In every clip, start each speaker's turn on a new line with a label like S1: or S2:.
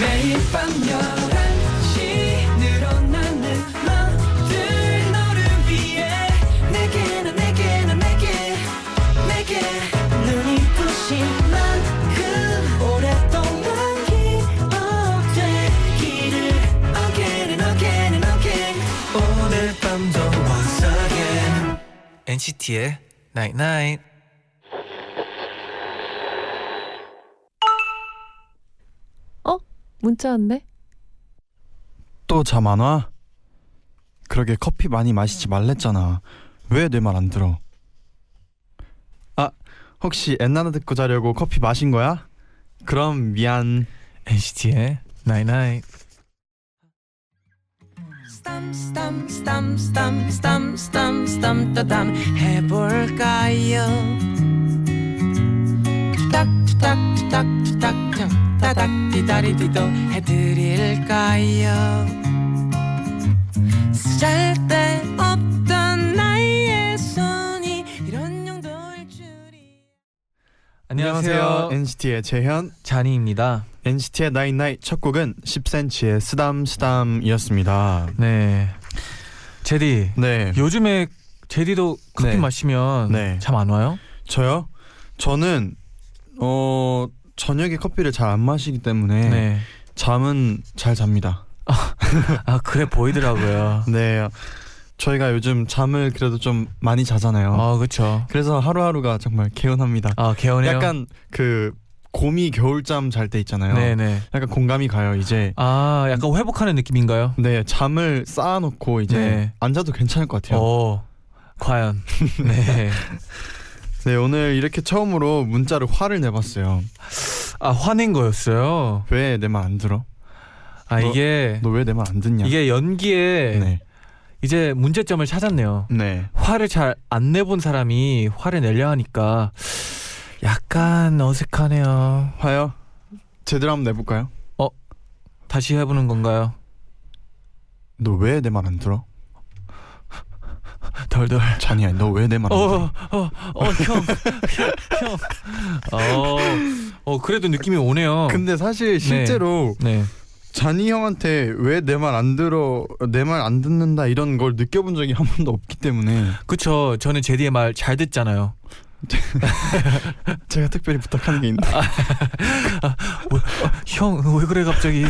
S1: 매일 밤 11시 늘어나는 맘들 너를 위해 내게 난 내게 난 내게 내게 눈이 부신 만큼 오랫동안 기억되기를 Again and again and again 오늘 밤도 once again
S2: NCT의 Night Night.
S3: 어? 문자 왔네?
S4: 또 잠 안 와? 그러게 커피 많이 마시지 말랬잖아. 왜 내 말 안 들어? 아, 혹시 엔나나 듣고 자려고 커피 마신 거야? 그럼 미안.
S2: NCT의 Night Night.
S1: Stum stum stum stum stum stum stum 따담 해볼까요? 투닥 투닥 투닥 투닥 좀 따닥 디다리디도 해드릴까요? 쓸데없던 나의 손이 이런 용도일 줄이
S4: NCT의 재현,
S2: 잔이입니다.
S4: NCT의 나잇나잇첫 곡은 10cm의 쓰담 쓰담이었습니다.
S2: 네. 제디.
S4: 네,
S2: 요즘에 제디도 커피
S4: 네.
S2: 마시면
S4: 네.
S2: 잠 안 와요?
S4: 저요? 저는 어 저녁에 커피를 잘 안 마시기
S2: 네.
S4: 때문에 잠은 잘 잡니다.
S2: 아 그래 보이더라고요.
S4: 네, 저희가 요즘 잠을 그래도 좀 많이 자잖아요.
S2: 아 그렇죠.
S4: 그래서 하루하루가 정말 개운합니다.
S2: 아 개운해요.
S4: 약간 그 곰이 겨울잠 잘 때 있잖아요.
S2: 네네.
S4: 약간 공감이 가요 이제.
S2: 아 약간 회복하는 느낌인가요?
S4: 네 잠을 쌓아놓고 이제
S2: 네. 어.
S4: 안 자도 괜찮을 것 같아요.
S2: 오 과연. 네.
S4: 네 오늘 이렇게 처음으로 문자로 화를 내봤어요.
S2: 아 화낸 거였어요.
S4: 왜 내 말 안 들어?
S2: 아
S4: 너-
S2: 이게
S4: 너 왜 내 말 안 듣냐?
S2: 이게 연기에
S4: 네.
S2: 이제 문제점을 찾았네요.
S4: 네.
S2: 화를 잘 안 내본 사람이 화를 내려 하니까 약간 어색하네요.
S4: 화요? 제대로 한번 내볼까요?
S2: 다시 해보는 건가요?
S4: 너 왜 내 말 안 들어?
S2: 덜덜.
S4: 잔이야 너 왜 내 말 안 들어?
S2: 어어어형형형어어 어, 그래도 느낌이 오네요.
S4: 근데 사실 실제로
S2: 네.
S4: 잔이 형한테 왜 내 말 안 들어 내 말 안 듣는다 이런 걸 느껴본 적이 한 번도 없기 때문에
S2: 그쵸 저는 제디의 말 잘 듣잖아요.
S4: 제가 특별히 부탁하는 게 있는데
S2: 형 왜 그래 갑자기?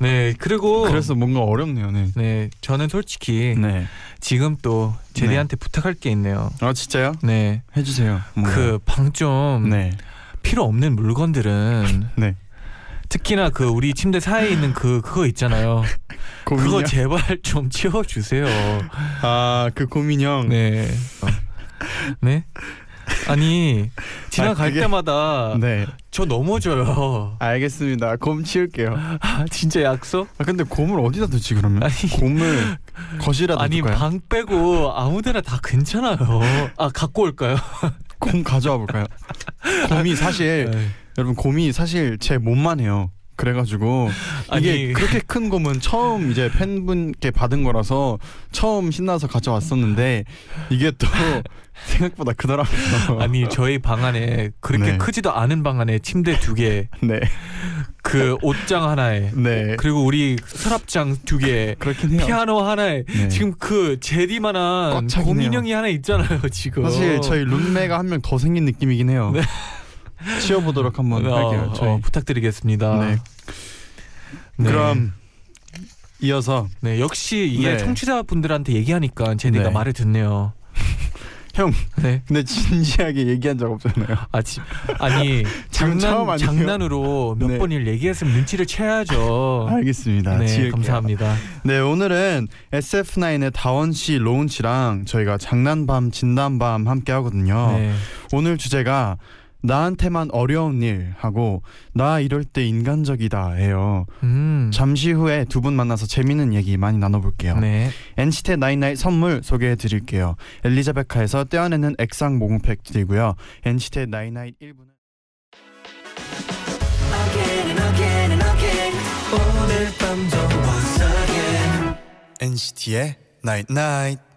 S2: 네 그리고
S4: 그래서 뭔가 어렵네요 네.
S2: 네 저는 솔직히
S4: 네.
S2: 지금 또 제디한테 부탁할 게 있네요.
S4: 아 진짜요?
S2: 네.
S4: 해주세요. 뭔가.
S2: 그 방 좀
S4: 네.
S2: 필요 없는 물건들은
S4: 네.
S2: 특히나 그 우리 침대 사이에 있는 그 그거 있잖아요.
S4: 고민형.
S2: 그거 제발 좀 치워 주세요.
S4: 아그 고민형.
S2: 네. 네. 아니 지나갈
S4: 아, 그게-
S2: 때마다
S4: 네.
S2: 저 넘어져요.
S4: 알겠습니다. 곰 치울게요.
S2: 아 진짜 약속?
S4: 아 근데 곰을 어디다 두지 그러면?
S2: 아니.
S4: 곰을 거실에다
S2: 아니
S4: 둘까요?
S2: 방 빼고 아무데나 다 괜찮아요. 아 갖고 올까요?
S4: 곰 가져와 볼까요? 곰이 사실
S2: 네.
S4: 여러분 곰이 사실 제 몸만 해요. 그래가지고 이게
S2: 아니.
S4: 그렇게 큰 곰은 처음 이제 팬분께 받은 거라서 처음 신나서 가져왔었는데 이게 또 생각보다 크더라고요.
S2: 아니 저희 방 안에 그렇게
S4: 네.
S2: 크지도 않은 방 안에 침대 두 개,
S4: 네,
S2: 그 옷장 하나에
S4: 네
S2: 그리고 우리 서랍장 두 개,
S4: 그렇긴 해요.
S2: 피아노 하나에
S4: 네.
S2: 지금 그 제디만한
S4: 꽉 차긴
S2: 고민형이 하나 있잖아요 지금.
S4: 네. 사실 저희 룸메가 한 명 더 생긴 느낌이긴 해요.
S2: 네.
S4: 치워보도록 한번
S2: 어,
S4: 할게요. 저희.
S2: 어, 부탁드리겠습니다.
S4: 네.
S2: 네.
S4: 그럼 이어서
S2: 네 역시 이게
S4: 네.
S2: 청취자분들한테 얘기하니까 제디가
S4: 네.
S2: 말을 듣네요.
S4: 형.
S2: 네.
S4: 근데 진지하게 얘기한 적 없잖아요.
S2: 아, 지, 아니
S4: 지금 처음
S2: 장난
S4: 아니에요?
S2: 장난으로 몇
S4: 네.
S2: 번을 얘기했으면 눈치를 채야죠.
S4: 알겠습니다.
S2: 네
S4: 지을게요.
S2: 감사합니다.
S4: 네 오늘은 SF9의 다원 씨, 로운 씨랑 저희가 장난밤 진단밤 함께 하거든요.
S2: 네.
S4: 오늘 주제가 나한테만 어려운 일 하고 나 이럴 때 인간적이다예요.
S2: 음.
S4: 잠시 후에 두 분 만나서 재밌는 얘기 많이 나눠볼게요.
S2: 네.
S4: NCT 나인나이 선물 소개해드릴게요. 엘리자베카에서 떼어내는 액상 모공팩 드리고요. NCT 나인나이 1부는
S1: Again and again and again 오늘 밤도 once again
S4: NCT의 나인나이
S2: 나이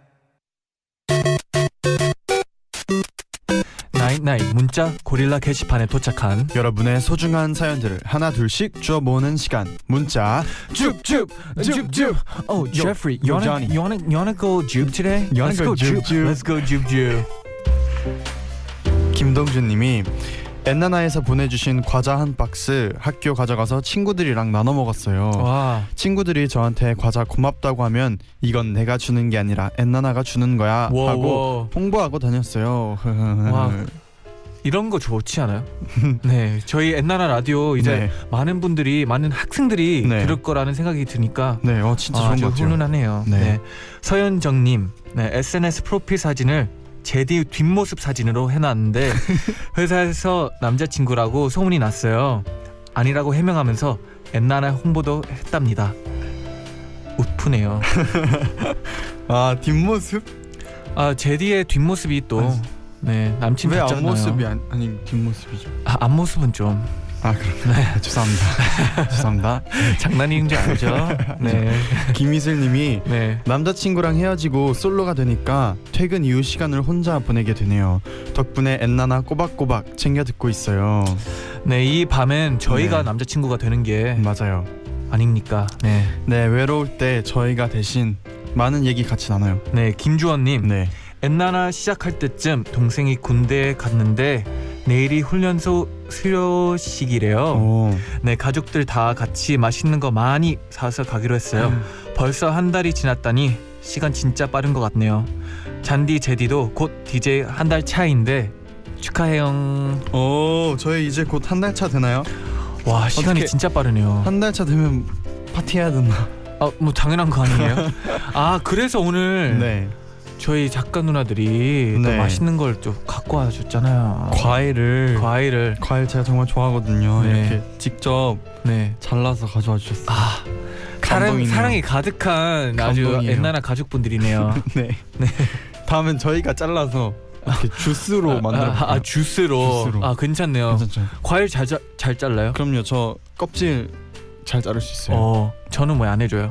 S2: 9999 문자 고릴라 게시판에 도착한
S4: 여러분의 소중한 사연들을 하나 둘씩 주워 모으는 시간 문자
S2: 줍줍 줍줍 Oh Jeffrey you
S4: yo,
S2: wanna,
S4: Johnny.
S2: you wanna, you wanna go jupe today?
S4: You wanna
S2: Let's
S4: go jupe, jupe.
S2: Let's go jupe jupe
S4: 김동준님이 엔나나에서 보내주신 과자 한 박스 학교 가져가서 친구들이랑 나눠 먹었어요
S2: 와
S4: 친구들이 저한테 과자 고맙다고 하면 이건 내가 주는 게 아니라 엔나나가 주는 거야
S2: 와,
S4: 아, 하고
S2: 와.
S4: 홍보하고 다녔어요
S2: 와, 이런 거 좋지 않아요? 네 저희 옛날 라디오 이제
S4: 네,
S2: 많은 분들이 많은 학생들이
S4: 네.
S2: 들을 거라는 생각이 드니까
S4: 네 어, 진짜 좋은
S2: 아주
S4: 것 같아요
S2: 훈훈하네요.
S4: 네.
S2: 네. 서현정님 네, SNS 프로필 사진을 제디 뒷모습 사진으로 해놨는데 회사에서 남자친구라고 소문이 났어요. 아니라고 해명하면서 옛날에 홍보도 했답니다. 웃프네요.
S4: 아 뒷모습?
S2: 아 제디의 뒷모습이 또
S4: 아니,
S2: 네, 남친
S4: 왜
S2: 같잖아요.
S4: 앞모습이 아니, 아니 뒷모습이죠
S2: 아, 앞모습은 좀
S4: 아 그렇군요 네, 죄송합니다 죄송합니다
S2: 장난인 줄 알죠? 네,
S4: 김희슬님이
S2: 네.
S4: 남자친구랑 헤어지고 솔로가 되니까 퇴근 이후 시간을 혼자 보내게 되네요. 덕분에 엔나나 꼬박꼬박 챙겨 듣고 있어요.
S2: 네, 이 밤엔 저희가
S4: 네.
S2: 남자친구가 되는 게
S4: 맞아요.
S2: 아닙니까? 네.
S4: 네 외로울 때 저희가 대신 많은 얘기 같이 나눠요.
S2: 네, 김주원님.
S4: 네.
S2: 엔나나 시작할 때쯤 동생이 군대에 갔는데 내일이 훈련소 수료식이래요.
S4: 오.
S2: 네, 가족들 다 같이 맛있는 거 많이 사서 가기로 했어요.
S4: 음.
S2: 벌써 한 달이 지났다니 시간 진짜 빠른 것 같네요. 잔디 제디도 곧 DJ 한 달 차인데 축하해요.
S4: 오 저희 이제 곧 한 달 차 되나요?
S2: 와, 시간이
S4: 어떡해.
S2: 진짜 빠르네요.
S4: 한 달 차 되면 파티해야 되나?
S2: 아, 뭐 당연한 거 아니에요? 아, 그래서 오늘
S4: 네.
S2: 저희 작가 누나들이 또
S4: 네.
S2: 맛있는 걸 또 갖고 와줬잖아요.
S4: 과일을
S2: 과일을
S4: 과일 제가 정말 좋아하거든요.
S2: 네.
S4: 이렇게 직접
S2: 네.
S4: 잘라서 가져와 주셨어요.
S2: 아 사랑,
S4: 감동이네요.
S2: 사랑이 가득한 아주
S4: 감동이에요.
S2: 옛날 가족분들이네요.
S4: 네. 다음엔 저희가 잘라서 이렇게 주스로 만들어
S2: 아, 아, 주스로.
S4: 주스로.
S2: 아 괜찮네요.
S4: 괜찮죠?
S2: 과일 잘, 자, 잘 잘라요?
S4: 그럼요. 저 껍질 잘 자를 수 있어요.
S2: 어 저는 왜 안 해줘요?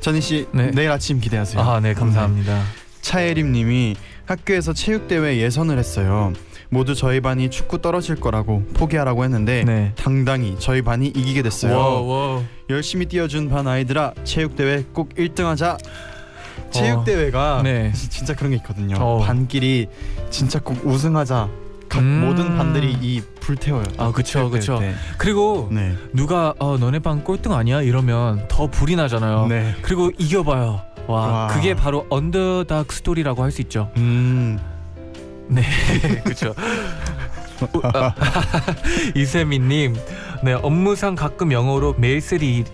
S4: 전희 씨
S2: 네.
S4: 내일 아침 기대하세요.
S2: 아 네 감사합니다.
S4: 차예림님이 학교에서 체육 대회 예선을 했어요. 모두 저희 반이 축구 떨어질 거라고 포기하라고 했는데
S2: 네. 아,
S4: 당당히 저희 반이 이기게 됐어요.
S2: 와우 와우.
S4: 열심히 뛰어준 반 아이들아 체육 대회 꼭 1등하자.
S2: 어.
S4: 체육 대회가
S2: 네.
S4: 진짜 그런 게 있거든요.
S2: 어.
S4: 반끼리 진짜 꼭 우승하자. 각
S2: 음.
S4: 모든 반들이 이 불태워요.
S2: 아 그쵸
S4: 체육 대회
S2: 그쵸.
S4: 때.
S2: 그리고
S4: 네.
S2: 누가 어, 너네 반 꼴등 아니야 이러면 더 불이 나잖아요.
S4: 네.
S2: 그리고 이겨봐요. 와,
S4: 와.
S2: 그게 바로 언더닥 스토리라고 할 수 있죠.
S4: 음.
S2: 그렇죠. 아. 이세민님, 네 업무상 가끔 영어로 메일 쓸 일,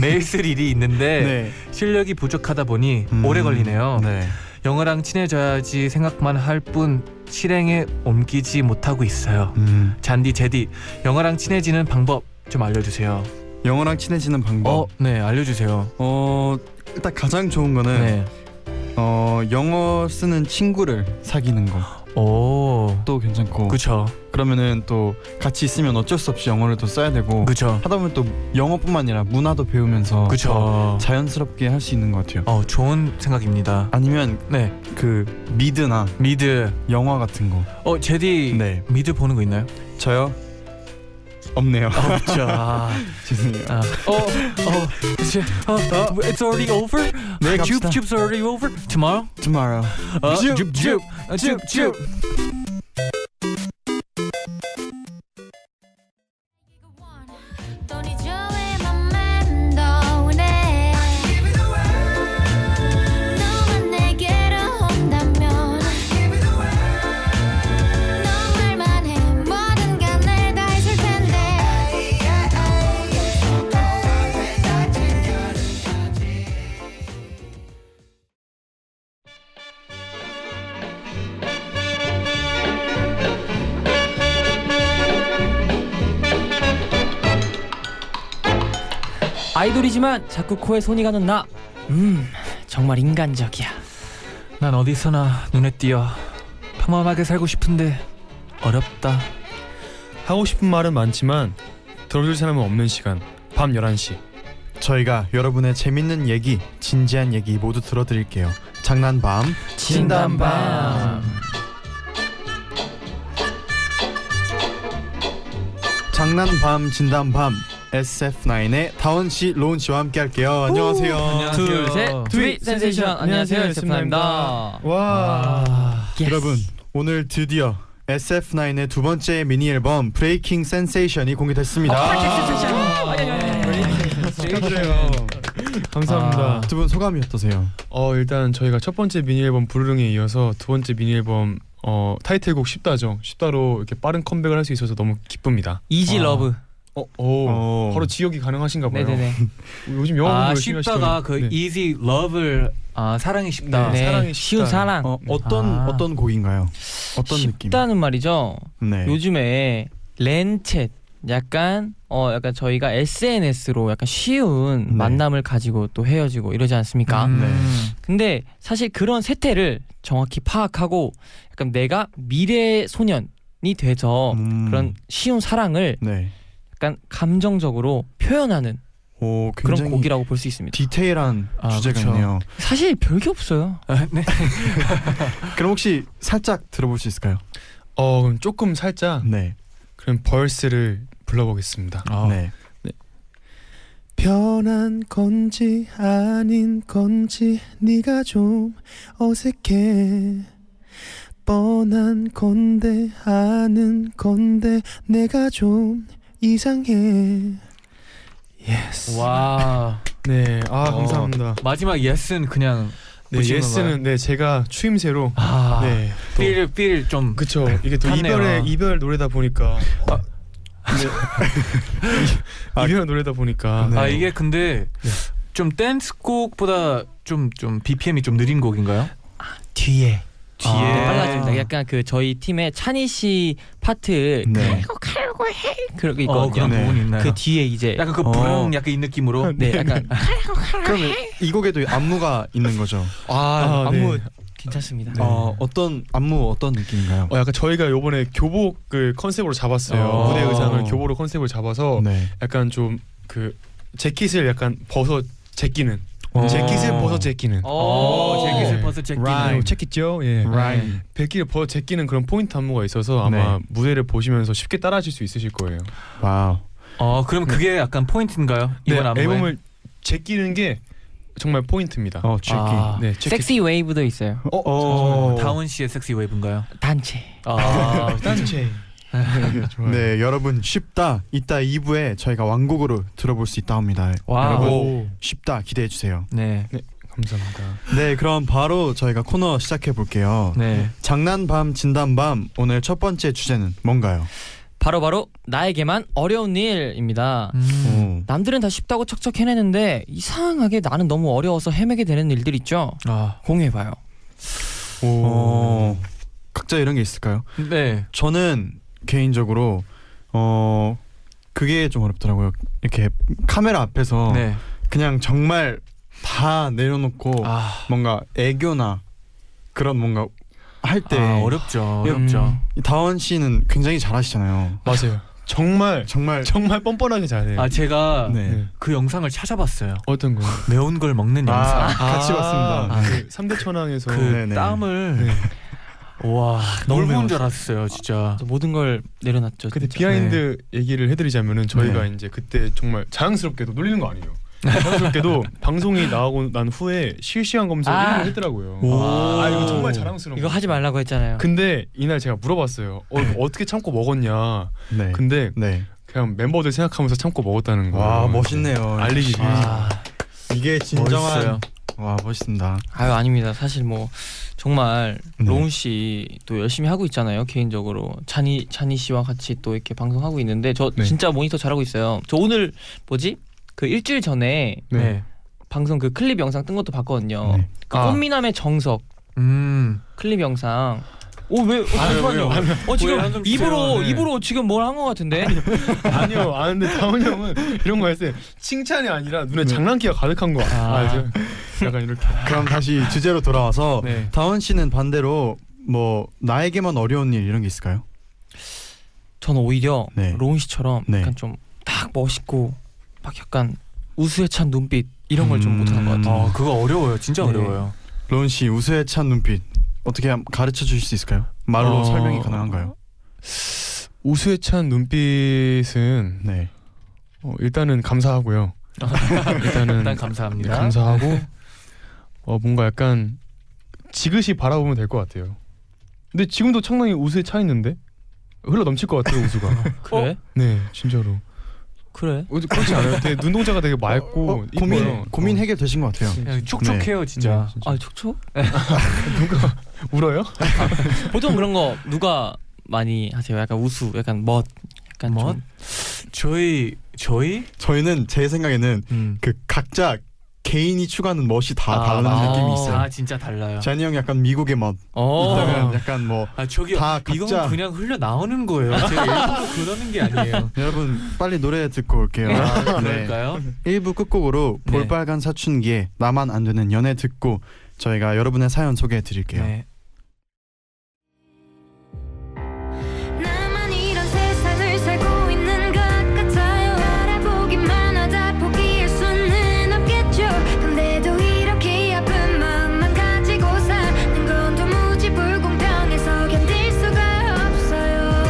S2: 메일 쓸 일이 있는데
S4: 네.
S2: 실력이 부족하다 보니
S4: 음.
S2: 오래 걸리네요.
S4: 네.
S2: 영어랑 친해져야지 생각만 할 뿐 실행에 옮기지 못하고 있어요.
S4: 음.
S2: 잔디 제디, 영어랑 친해지는 방법 좀 알려주세요.
S4: 영어랑 친해지는 방법.
S2: 어, 네 알려주세요.
S4: 어 일단 가장 좋은 거는
S2: 네.
S4: 어 영어 쓰는 친구를 사귀는
S2: 오,
S4: 거 또 괜찮고 그,
S2: 그쵸,
S4: 러면은또 같이 있으면 어쩔 수 없이 영어를 또 써야 되고
S2: 그쵸,
S4: 하다 보면 또 영어뿐만 아니라 문화도 배우면서
S2: 네.
S4: 어.
S2: 그쵸.
S4: 자연스럽게 할 수 있는 것 같아요.
S2: 어, 좋은 생각입니다.
S4: 아니면
S2: 네,
S4: 그 미드나
S2: 미드.
S4: 영화 같은 거.
S2: 어,
S5: 예.
S2: 제디
S4: 네.
S2: 미드 보는 거 있나요?
S4: 저요? 없네요.
S2: 아, 없죠. 아,
S4: 죄송해요.
S2: 아. 어, 어, 이제, 어, 어, it's already over.
S4: 네,
S2: 줍,
S4: 갑시다.
S2: 줍's already over. Tomorrow.
S4: Tomorrow.
S2: 어,
S4: 줍,
S2: 줍,
S4: 줍,
S2: 어, 줍, 줍.
S6: Don't need you in my mind, don't it? 너만 내게로 온다면 너 말만 해 뭐든 간에 다 있을 텐데
S7: 아이돌이지만 자꾸 코에 손이 가는 나. 음, 정말 인간적이야.
S2: 난 어디서나 눈에 띄어. 평범하게 살고 싶은데 어렵다.
S5: 하고 싶은 말은 많지만 들어줄 사람은 없는 시간 밤 11시
S4: 저희가 여러분의 재밌는 얘기, 진지한 얘기 모두 들어드릴게요. 장난밤.
S7: 진단밤.
S4: 장난밤 진담밤 SF9의 다원 씨, 로운 씨와 함께 할게요. 안녕하세요.
S2: 안녕하세요.
S7: 둘셋
S5: 트윗
S7: 트윗 센세이션 안녕하세요 에스프나입니다.
S5: 와.
S4: 여러분, 오늘 드디어 SF9의 두 번째 미니 앨범 브레이킹 센세이션이 아, 공개됐습니다.
S7: 예,
S4: 축하드려요.
S5: 감사합니다.
S4: 두 분 소감이 어떠세요?
S5: 아, 어 일단 저희가 첫 번째 미니 앨범 부르릉에 이어서 두 번째 미니 앨범 어 타이틀곡 쉽다죠. 쉽다로 이렇게 빠른 컴백을 할 수 있어서 너무 기쁩니다.
S7: 이지
S4: 아.
S7: 러브.
S5: 어, 오.
S4: 어.
S5: 바로 지역이 가능하신가 봐요.
S7: 네네네.
S5: 요즘 영어 공부
S2: 아
S5: 열심히
S2: 쉽다가
S5: 하시더라고요.
S2: 그
S5: 네.
S2: easy love를 아 사랑이 쉽다.
S5: 네. 사랑이
S7: 쉬운
S5: 쉽다.
S7: 사랑.
S4: 어, 어떤
S2: 아.
S4: 어떤 곡인가요? 어떤 느낌?
S7: 쉽다는 말이죠.
S4: 네.
S7: 요즘에 렌챗 약간 어 약간 저희가 SNS로 약간 쉬운
S4: 네.
S7: 만남을 가지고 또 헤어지고 이러지 않습니까?
S2: 음.
S7: 근데 사실 그런 세태를 정확히 파악하고 약간 내가 미래 소년이 돼서
S4: 음.
S7: 어, 그런 쉬운 사랑을
S4: 네.
S7: 약간 감정적으로 표현하는
S4: 오, 굉장히
S7: 그런 곡이라고 볼 수 있습니다.
S4: 디테일한
S2: 아,
S4: 주제
S2: 그쵸.
S4: 같네요.
S7: 사실 별게 없어요.
S2: 아, 네.
S4: 그럼 혹시 살짝 들어볼 수 있을까요?
S5: 어 그럼 조금 살짝
S4: 네.
S5: 그럼 벌스를 불러보겠습니다.
S4: 네.
S5: 변한 건지 아닌 건지 네가 좀 어색해 뻔한 건데 아는 건데 내가 좀 이상해 예스
S2: 와
S5: 네, 아
S2: 어.
S5: 감사합니다
S2: 마지막 yes는 그냥
S5: 네,
S2: 붙이는
S5: 예스는 네 제가 추임새로
S2: 아
S5: 네 또.
S2: 삘, 삘 좀.
S5: 그쵸 이게 또
S2: 탔네요.
S5: 이별의 이별 노래다 보니까
S4: 아.
S5: 네. 이별 노래다 보니까
S2: 아 이게 근데
S5: 네.
S2: 좀 댄스곡보다 좀 좀 BPM이 좀 느린 곡인가요?
S7: 뒤에 뒤에
S2: 아.
S7: 네, 빨라집니다. 약간 그 저희 팀의 찬희 씨 파트
S4: 네.
S7: 칼고 칼고 해 그런 거
S2: 어,
S7: 있거든요.
S2: 그런
S4: 네.
S2: 부분이 있나요?
S7: 그 뒤에 이제
S2: 약간 그
S4: 어.
S2: 불황 약간 이 느낌으로.
S7: 네 약간
S4: 그럼 이 곡에도 안무가 있는 거죠.
S5: 아,
S4: 아, 안무
S5: 네.
S7: 괜찮습니다.
S5: 네.
S4: 어, 어떤 안무 어떤 느낌인가요?
S5: 어, 약간 저희가 요번에 교복을 컨셉으로 잡았어요.
S2: 어.
S5: 무대 의상을 교복으로 컨셉으로 잡아서
S4: 네.
S5: 약간 좀 그 재킷을 약간 벗어 제끼는
S2: 어.
S5: 재킷을 벗어 제끼는
S2: 어, 재킷을
S5: 네.
S2: 벗어 재킷.
S4: 라임.
S5: 재킷죠. 예.
S4: 라임.
S5: 베끼를 벗어 제끼는 그런 포인트 안무가 있어서 아마 무대를 보시면서 쉽게 따라하실 수 있으실 거예요.
S4: 와우.
S2: 어, 그럼 그게 약간 포인트인가요? 이번 안무에?
S5: 네, 앨범을 제끼는 게 정말 포인트입니다.
S4: 어, 재킷.
S2: 아.
S5: 네, 재킷.
S7: 섹시 웨이브도 있어요.
S5: 어,
S4: 어.
S2: 다운 씨의 섹시 웨이브인가요?
S7: 단체.
S2: 아,
S5: 단체.
S4: 네, 여러분 쉽다. 이따 2부에 저희가 완곡으로 들어볼 수 있다 합니다.
S2: 와우.
S4: 여러분 쉽다 기대해 주세요.
S2: 네.
S5: 감사합니다.
S4: 네, 그럼 바로 저희가 코너 시작해 볼게요.
S2: 네.
S4: 장난밤 진담밤 오늘 첫 번째 주제는 뭔가요?
S7: 바로 바로 나에게만 어려운 일입니다.
S2: 음.
S4: 오.
S7: 남들은 다 쉽다고 척척 해내는데 이상하게 나는 너무 어려워서 헤매게 되는 일들 있죠.
S2: 아.
S7: 공유해봐요.
S4: 오. 각자 이런 게 있을까요?
S2: 네.
S4: 저는 개인적으로 어 그게 좀 어렵더라고요. 이렇게 카메라 앞에서
S2: 네.
S4: 그냥 정말 다 내려놓고
S2: 아.
S4: 뭔가 애교나 그런 뭔가 할 때
S2: 아, 어렵죠.
S4: 예,
S2: 어렵죠.
S7: 음.
S4: 다원 씨는 굉장히 잘하시잖아요.
S5: 맞아요. 정말
S4: 정말
S5: 정말 뻔뻔하게 잘해요.
S2: 아, 제가
S4: 네.
S2: 그 영상을 찾아봤어요.
S5: 어떤 거요?
S2: 매운 걸 먹는 영상.
S4: 아, 같이 봤습니다.
S5: 아, 그 3대 천왕에서
S2: 그
S4: 네네.
S2: 땀을 와,
S5: 너무
S2: 너무 매운 줄
S5: 매웠어요.
S2: 알았어요, 진짜.
S7: 저 모든 걸 내려놨죠.
S5: 그때
S7: 진짜.
S5: 비하인드 얘기를 해드리자면은 저희가
S4: 네.
S5: 이제 그때 정말 자랑스럽게도 놀리는 거 아니에요. 자랑스럽게도 방송이 나오고 난 후에 실시간 검색
S7: 아.
S5: 1위를 했더라고요.
S2: 오.
S5: 아 이거 정말 자랑스러운.
S7: 이거
S5: 거예요.
S7: 하지 말라고 했잖아요.
S5: 근데 이날 제가 물어봤어요. 어, 이거 어떻게 참고 먹었냐.
S4: 네.
S5: 근데
S4: 네.
S5: 그냥 멤버들 생각하면서 참고 먹었다는 거.
S4: 와 멋있네요.
S5: 알리기 위해.
S2: 아,
S4: 이게 진정한
S2: 멋있어요.
S4: 와 멋있습니다.
S7: 아유 아닙니다. 사실 뭐 정말
S4: 네.
S7: 로운 씨도 열심히 하고 있잖아요. 개인적으로 찬이 찬이 씨와 같이 또 이렇게 방송하고 있는데 저
S5: 네.
S7: 진짜 모니터 잘하고 있어요. 저 오늘 뭐지? 그 일주일 전에
S2: 네.
S7: 방송 그 클립 영상 뜬 것도 봤거든요.
S4: 네.
S7: 그
S2: 아.
S7: 꽃미남의 정석
S2: 음.
S7: 클립 영상. 어, 오왜
S2: 왜요?
S7: 잠시만요. 어
S2: 왜요?
S7: 지금
S2: 한숨 쉬세요.
S7: 입으로
S2: 네.
S7: 입으로 지금 뭘 한 것 같은데.
S5: 아니요, 아는데 다운 형은 이런 거 했어요. 칭찬이 아니라 눈에 장난기가 가득한 거.
S2: 아.
S5: 네. 아, 알죠? 약간 이렇게.
S4: 그럼 다시 주제로 돌아와서
S2: 네.
S4: 다원 씨는 반대로 뭐 나에게만 어려운 일 이런 게 있을까요?
S7: 저는 오히려
S4: 네.
S7: 로운 씨처럼
S4: 네.
S7: 약간 좀 딱 멋있고 막 약간 우수에 찬 눈빛 이런 걸 좀
S4: 음.
S7: 못하는 것 같아요.
S2: 아, 그거 어려워요. 진짜
S7: 네.
S2: 어려워요.
S4: 로운 씨 우수에 찬 눈빛 어떻게 함- 가르쳐 주실 수 있을까요? 말로
S2: 어.
S4: 설명이 가능한가요?
S5: 우수에 찬 눈빛은
S4: 네.
S5: 어, 일단은 감사하고요. 일단은
S2: 일단 감사합니다.
S5: 네, 감사하고 어, 뭔가 약간 지그시 바라보면 될 것 같아요. 근데 지금도 청량이 우수에 차 있는데 흘러 넘칠 것 같아요 우수가.
S7: 그래?
S5: 네 진짜로.
S7: 그래?
S5: 어, 그렇지 않아요? 되게 눈동자가 되게 맑고
S4: 어, 어, 고민
S5: 이뻐요.
S4: 고민
S5: 어.
S4: 해결되신 것 같아요.
S2: 그냥 네, 촉촉해요 진짜.
S5: 네, 진짜.
S7: 아 촉촉?
S5: 울어요?
S7: 보통 그런 거 누가 많이 하세요? 약간 우수, 약간 멋, 약간
S2: 멋?
S7: 좀
S2: 저희 저희
S4: 저희는 제 생각에는
S2: 음.
S4: 그 각자 개인이 추구하는 멋이 다
S7: 아,
S4: 다른
S7: 맞아.
S4: 느낌이
S7: 어.
S4: 있어요.
S2: 아 진짜 달라요.
S4: 잔이 형 약간 미국의 멋.
S7: 어.
S4: 있다면 약간 뭐
S2: 아 저기
S4: 다
S2: 이건
S4: 각자-
S2: 그냥 흘러 나오는 거예요. 제가 일부러 그러는 게 아니에요.
S4: 여러분 빨리 노래 듣고 올게요.
S2: 아,
S4: 네.
S2: 그럴까요?
S4: 1부 끝곡으로
S2: 네.
S4: 볼빨간 사춘기에 나만 안 되는 연애 듣고 저희가 여러분의 사연 소개해 드릴게요.
S2: 네.
S6: 나만 이런 세상을 살고 있는 것 같아요 알아보기만 하다 포기할 수는 없겠죠 근데도 이렇게 아픈 마음만 가지고 사는 건 도무지 불공평해서 견딜 수가 없어요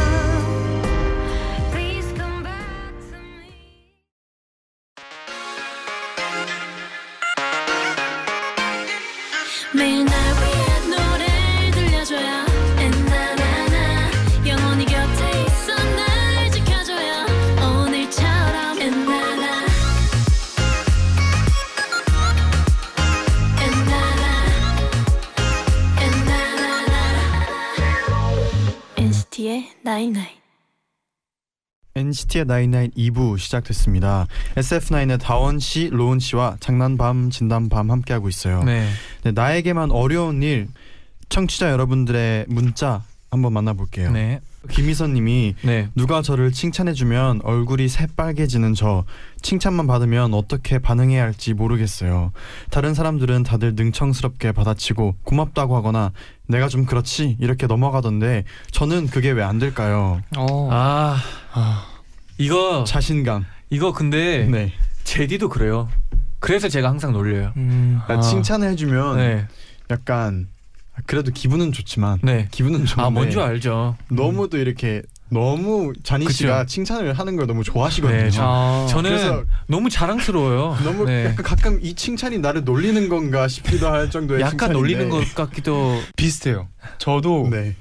S6: Please come back to me 매일 날 위한 노래를 들려줘요 엔나나나 영원히 곁에 있어 날 지켜줘요 오늘처럼 엔나나 엔나나 엔나나나 NCT의 나잇나잇
S4: NCT의 99 2부 시작됐습니다. SF9의 다원 씨, 로운 씨와 장난밤 진담밤 함께하고 있어요.
S2: 네.
S4: 네, 나에게만 어려운 일 청취자 여러분들의 문자 한번 만나볼게요.
S2: 네.
S4: 김희선님이
S2: 네.
S4: 누가 저를 칭찬해주면 얼굴이 새빨개지는 저 칭찬만 받으면 어떻게 반응해야 할지 모르겠어요. 다른 사람들은 다들 능청스럽게 받아치고 고맙다고 하거나 내가 좀 그렇지 이렇게 넘어가던데 저는 그게 왜 안 될까요?
S7: 어.
S2: 아
S5: 아,
S2: 이거
S4: 자신감.
S2: 이거 근데
S4: 네.
S2: 제디도 그래요. 그래서 제가 항상 놀려요.
S7: 음.
S4: 그러니까 칭찬을 해주면
S2: 아. 네.
S4: 약간 그래도 기분은 좋지만
S2: 네.
S4: 기분은 좋은데
S2: 아 뭔지 알죠.
S4: 너무 또 이렇게 너무 자니
S2: 그쵸.
S4: 씨가 칭찬을 하는 걸 너무 좋아하시거든요.
S2: 네, 저-
S7: 아.
S2: 저는
S4: 그래서
S2: 너무 자랑스러워요.
S4: 너무
S2: 네.
S4: 약간 가끔 이 칭찬이 나를 놀리는 건가 싶기도 할 정도의
S2: 약간
S4: 칭찬인데.
S2: 놀리는 것 같기도.
S5: 비슷해요. 저도
S4: 네.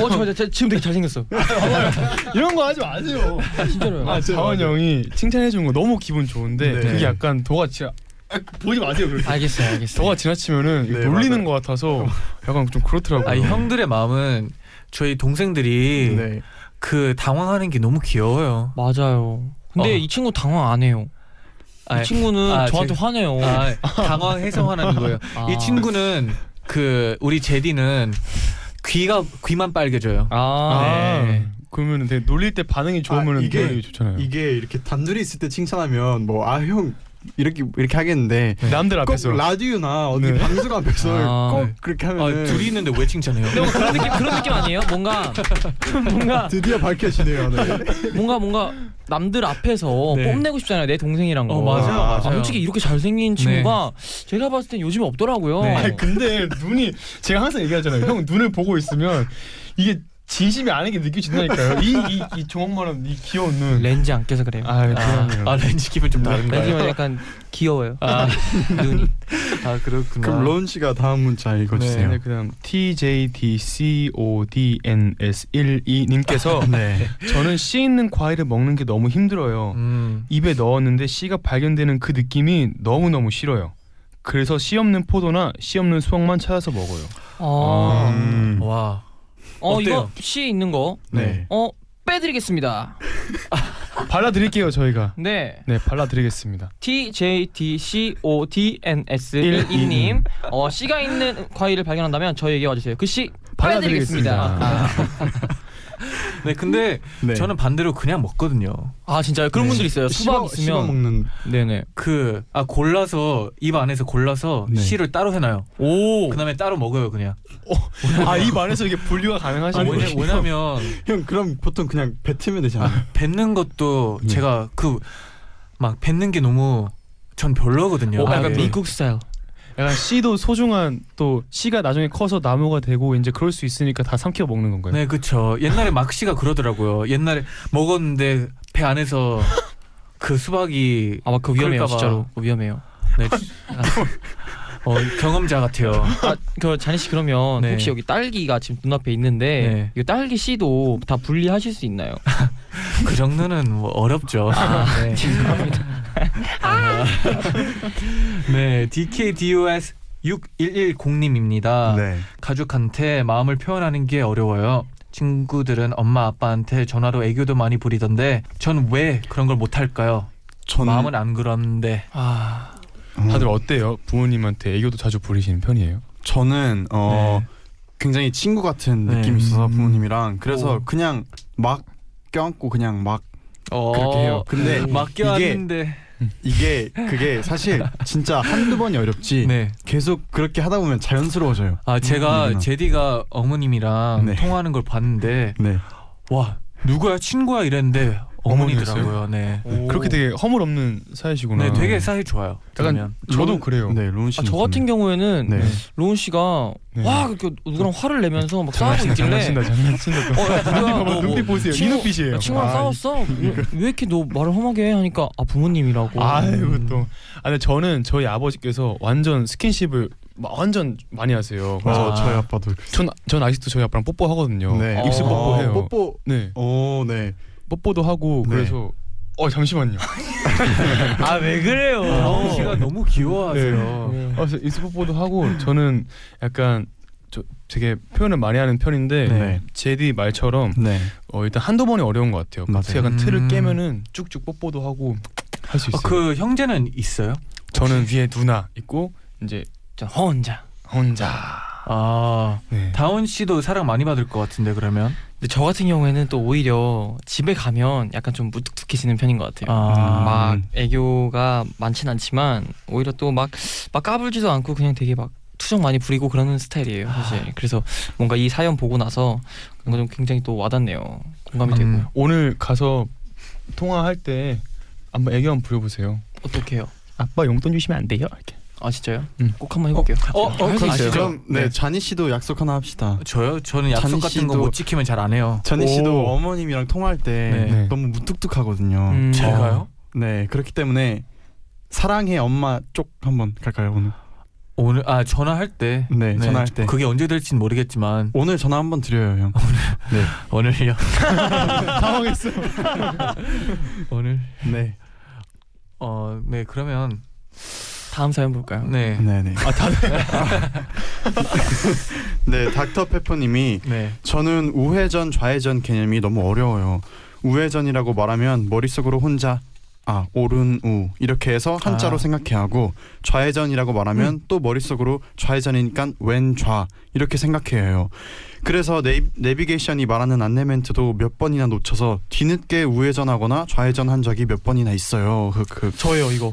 S7: 어, 저, 저, 저 지금 되게 잘생겼어.
S5: 이런 거 하지 마세요.
S7: 진짜로요.
S5: 아, 자원 형이 칭찬해 주는 거 너무 기분 좋은데
S4: 네.
S5: 그게 약간 도가 진짜 아, 보지 마세요. 그렇게.
S7: 알겠어요, 알겠어요.
S5: 도가 지나치면은
S4: 네,
S5: 놀리는
S4: 맞아요.
S5: 것 같아서 약간 좀 그렇더라고요.
S2: 아 형들의 마음은 저희 동생들이
S4: 어. 네.
S2: 그 당황하는 게 너무 귀여워요.
S7: 맞아요. 근데
S2: 어.
S7: 이 친구 당황 안 해요.
S2: 아,
S7: 이 친구는
S2: 아,
S7: 저한테
S2: 제-
S7: 화내요.
S2: 아, 당황해서 화나는 거예요.
S7: 아.
S2: 이 친구는 그 우리 제디는 귀가 귀만 빨개져요.
S7: 아,
S5: 아,
S2: 네.
S5: 그러면은 되게 놀릴 때 반응이 좋으면은
S4: 이게-
S5: 되게 좋잖아요.
S4: 이게 이렇게 단둘이 있을 때 칭찬하면 뭐 아 형 이렇게 이렇게 하겠는데
S5: 네. 남들 앞에서
S4: 꼭 라디오나 어디
S5: 네.
S4: 방송 앞에서
S7: 아.
S4: 꼭 그렇게 하면
S2: 아, 아,
S4: 은
S2: 둘이 있는데 왜 칭찬해요?
S7: 근데 뭐 그런 느낌 그런 느낌 아니에요? 뭔가 뭔가
S4: 드디어 밝혀지네요.
S2: 아.
S4: 네.
S7: 뭔가 뭔가 남들 앞에서
S2: 네.
S7: 뽐내고 싶잖아요. 내 동생이란 거.
S2: 어 맞아요,
S4: 아,
S2: 맞아요.
S7: 솔직히 이렇게 잘생긴 친구가 제가 봤을 땐 요즘 없더라고요.
S2: 네.
S5: 아니 근데 눈이 제가 항상 얘기하잖아요. 형 눈을 보고 있으면 이게 진심이 아닌 게 느껴진다니까요. 이이 이 조목만한 이 귀여운 눈.
S7: 렌즈 안 껴서 그래요.
S5: 네. 아, 그럼요.
S2: 아 렌즈 기분 좀 다른가요?
S7: 렌즈면 약간 귀여워요.
S2: 아,
S7: 눈이.
S2: 아 그렇구나.
S4: 그럼 론 씨가 다음 문자 읽어주세요.
S5: 네, 그다음 TJDCODNS12 님께서
S4: 네.
S5: 저는 씨 있는 과일을 먹는 게 너무 힘들어요.
S2: 음.
S5: 입에 넣었는데 씨가 발견되는 그 느낌이 너무 너무 싫어요. 그래서 씨 없는 포도나 씨 없는 수확만 찾아서 먹어요.
S7: 아,
S4: 음.
S2: 와.
S7: 어
S2: 어때요?
S7: 이거 씨 있는 거.
S4: 네.
S7: 어 빼드리겠습니다.
S5: 발라 드릴게요, 저희가.
S7: 네.
S5: 네, 발라 드리겠습니다.
S7: TJDCODNS12님 어, 씨가 있는 과일을 발견한다면 저희에게 와주세요. 그 씨
S5: 발라드리겠습니다.
S7: 발라드리겠습니다.
S2: 아. 네 근데
S4: 네.
S2: 저는 반대로 그냥 먹거든요.
S7: 아 진짜요? 그런
S4: 네.
S7: 분들 있어요. 수박
S4: 씹어- 씹어
S7: 있으면
S4: 먹는
S7: 네네.
S2: 그 아 골라서 입 안에서 골라서
S4: 네.
S2: 씨를 따로 해놔요.
S7: 오.
S2: 그다음에 따로 먹어요 그냥.
S5: 아, 이 말에서 이게 분류가 가능하신
S2: 왜냐,
S5: 거예요?
S2: 왜냐면
S4: 형 그럼 보통 그냥 뱉으면 되지 않아요?
S2: 뱉는 것도
S4: 네.
S2: 제가 그 막 뱉는 게 너무 전 별로거든요.
S7: 오,
S2: 아,
S7: 어, 약간
S2: 네.
S7: 미국 스타일.
S5: 약간 씨도 소중한 또 씨가 나중에 커서 나무가 되고 이제 그럴 수 있으니까 다 삼켜 먹는 건가요?
S2: 네, 그쵸. 옛날에 막 씨가 그러더라고요. 옛날에 먹었는데 배 안에서 그 수박이
S7: 아마 그 위험해요
S2: 그럴까 봐.
S7: 진짜로 그거 위험해요.
S2: 네. 어, 경험자 같아요.
S7: 아, 그 자니 씨 그러면
S2: 네.
S7: 혹시 여기 딸기가 지금 눈앞에 있는데
S2: 네.
S7: 이 딸기 씨도 다 분리하실 수 있나요? 아,
S2: 그 정도는 뭐 어렵죠. 네. 아.
S7: 죄송합니다.
S2: 네, DKDOS 6110님입니다.
S4: 네.
S2: 가족한테 마음을 표현하는 게 어려워요. 친구들은 엄마 아빠한테 전화로 애교도 많이 부리던데 전 왜 그런 걸 못할까요?
S4: 저는
S2: 마음은 안 그런데
S7: 아,
S4: 어,
S5: 다들 어때요? 부모님한테 애교도 자주 부리시는 편이에요?
S4: 저는 어 굉장히 친구 같은
S2: 네.
S4: 느낌이 있어서
S2: 음.
S4: 부모님이랑 그래서
S2: 오.
S4: 그냥 막 껴안고 그냥 막
S2: 어,
S4: 그렇게 해요. 근데
S2: 맡겨왔는데
S4: 이게 그게 사실 진짜 한두 번이 어렵지
S2: 네.
S4: 계속 그렇게 하다 보면 자연스러워져요.
S2: 아 제가
S4: 음.
S2: 제디가 어머님이랑
S4: 네.
S2: 통화하는 걸 봤는데
S4: 네.
S2: 와 누구야 친구야 이랬는데 어머니더라고요. 네.
S5: 그렇게 되게 허물없는 사이시구나.
S2: 네, 되게 사이 좋아요.
S5: 약간
S2: 그러면.
S5: 저도 그래요.
S4: 네, 로운 씨.
S7: 아, 저 같은 경우에는
S4: 네.
S7: 로운 씨가
S5: 네.
S7: 와 그렇게 누구랑 화를 내면서 막 싸우고
S5: 장난친다,
S7: 있길래
S5: 장난친다, 장난친다.
S7: 어, 야, 누구야, 너 뭐,
S5: 눈빛 보세요.
S7: 친구-
S5: 이 눈빛이에요.
S7: 야, 친구랑
S5: 아,
S7: 싸웠어? 왜, 왜 이렇게 너 말을 험하게 해? 하니까 아 부모님이라고.
S5: 아이고 또. 아 근데 저는 저희 아버지께서 완전 스킨십을 막 완전 많이 하세요. 그래서
S4: 어, 저희 아빠도
S5: 전, 전 아직도 저희 아빠랑 뽀뽀하거든요.
S4: 네.
S5: 입술
S7: 어.
S5: 아. 뽀뽀해요.
S4: 뽀뽀.
S5: 네.
S4: 오, 네.
S5: 뽀뽀도 하고
S4: 네.
S5: 그래서 어 잠시만요.
S7: 아 왜 그래요?
S2: 아, 씨가 너무 귀여워하세요.
S5: 네. 어, 그래서 입술 뽀뽀도 하고 저는 약간 저 되게 표현을 많이 하는 편인데
S4: 네.
S5: 제디 말처럼
S4: 네.
S5: 어, 일단 한두 번이 어려운 것 같아요.
S4: 맞아요.
S5: 그래서 약간 틀을
S2: 음.
S5: 깨면은 쭉쭉 뽀뽀도 하고 할 수
S2: 아,
S5: 있어요.
S2: 그 형제는 있어요?
S5: 저는 위에 누나 있고 이제
S7: 저 어, 혼자.
S5: 혼자.
S2: 아
S5: 네.
S2: 다운 씨도 사랑 많이 받을 것 같은데 그러면
S7: 근데 저 같은 경우에는 또 오히려 집에 가면 약간 좀 무뚝뚝해지는 편인 것 같아요.
S2: 아,
S7: 막 애교가 많진 않지만 오히려 또 막 막 까불지도 않고 그냥 되게 막 투정 많이 부리고 그러는 스타일이에요 사실 그래서 뭔가 이 사연 보고 나서 뭔가 좀 굉장히 또 와닿네요 공감이
S2: 음.
S7: 되고요
S5: 오늘 가서 통화할 때 한번 애교 한번 부려보세요.
S7: 어떻게 해요?
S5: 아빠 용돈 주시면 안 돼요? 이렇게.
S7: 아 진짜요?
S5: 음.
S7: 꼭 한번 해볼게요
S2: 어, 어,
S7: 할수
S2: 그럼
S7: 있어요.
S2: 아시죠?
S4: 그럼 네, 자니 씨도 약속 하나 합시다.
S2: 저요? 저는 약속
S4: 자니
S2: 같은 거
S4: 씨도-
S2: 못 지키면 잘 안 해요.
S4: 자니 씨도
S5: 오.
S4: 어머님이랑 통화할 때
S5: 네.
S4: 너무 무뚝뚝하거든요.
S7: 음.
S2: 제가요?
S4: 네, 그렇기 때문에 사랑해 엄마 쪽 한번 갈까요 오늘?
S2: 오늘 아 전화할 때
S4: 네, 전화할 때.
S2: 그게 언제 될지는 모르겠지만
S4: 오늘 전화 한번 드려요 형.
S2: 오늘요.
S5: 당황했어.
S2: 오늘
S4: 네,
S2: 어네 그러면
S7: 다음 사연 볼까요?
S2: 네.
S4: 네, 네. 아 다들. 네, 닥터 페퍼님이
S2: 네.
S4: 저는 우회전 좌회전 개념이 너무 어려워요. 우회전이라고 말하면 머릿속으로 혼자 아 오른 우 이렇게 해서 한자로
S2: 아. 음.
S4: 생각해야 하고 좌회전이라고 말하면 또 머릿속으로 좌회전이니까 왼좌 이렇게 생각해야 해요. 그래서 네이, 내비게이션이 말하는 안내 멘트도 몇 번이나 놓쳐서 뒤늦게 우회전하거나 좌회전한 적이 몇 번이나 있어요. 흑흑.
S7: 저예요 이거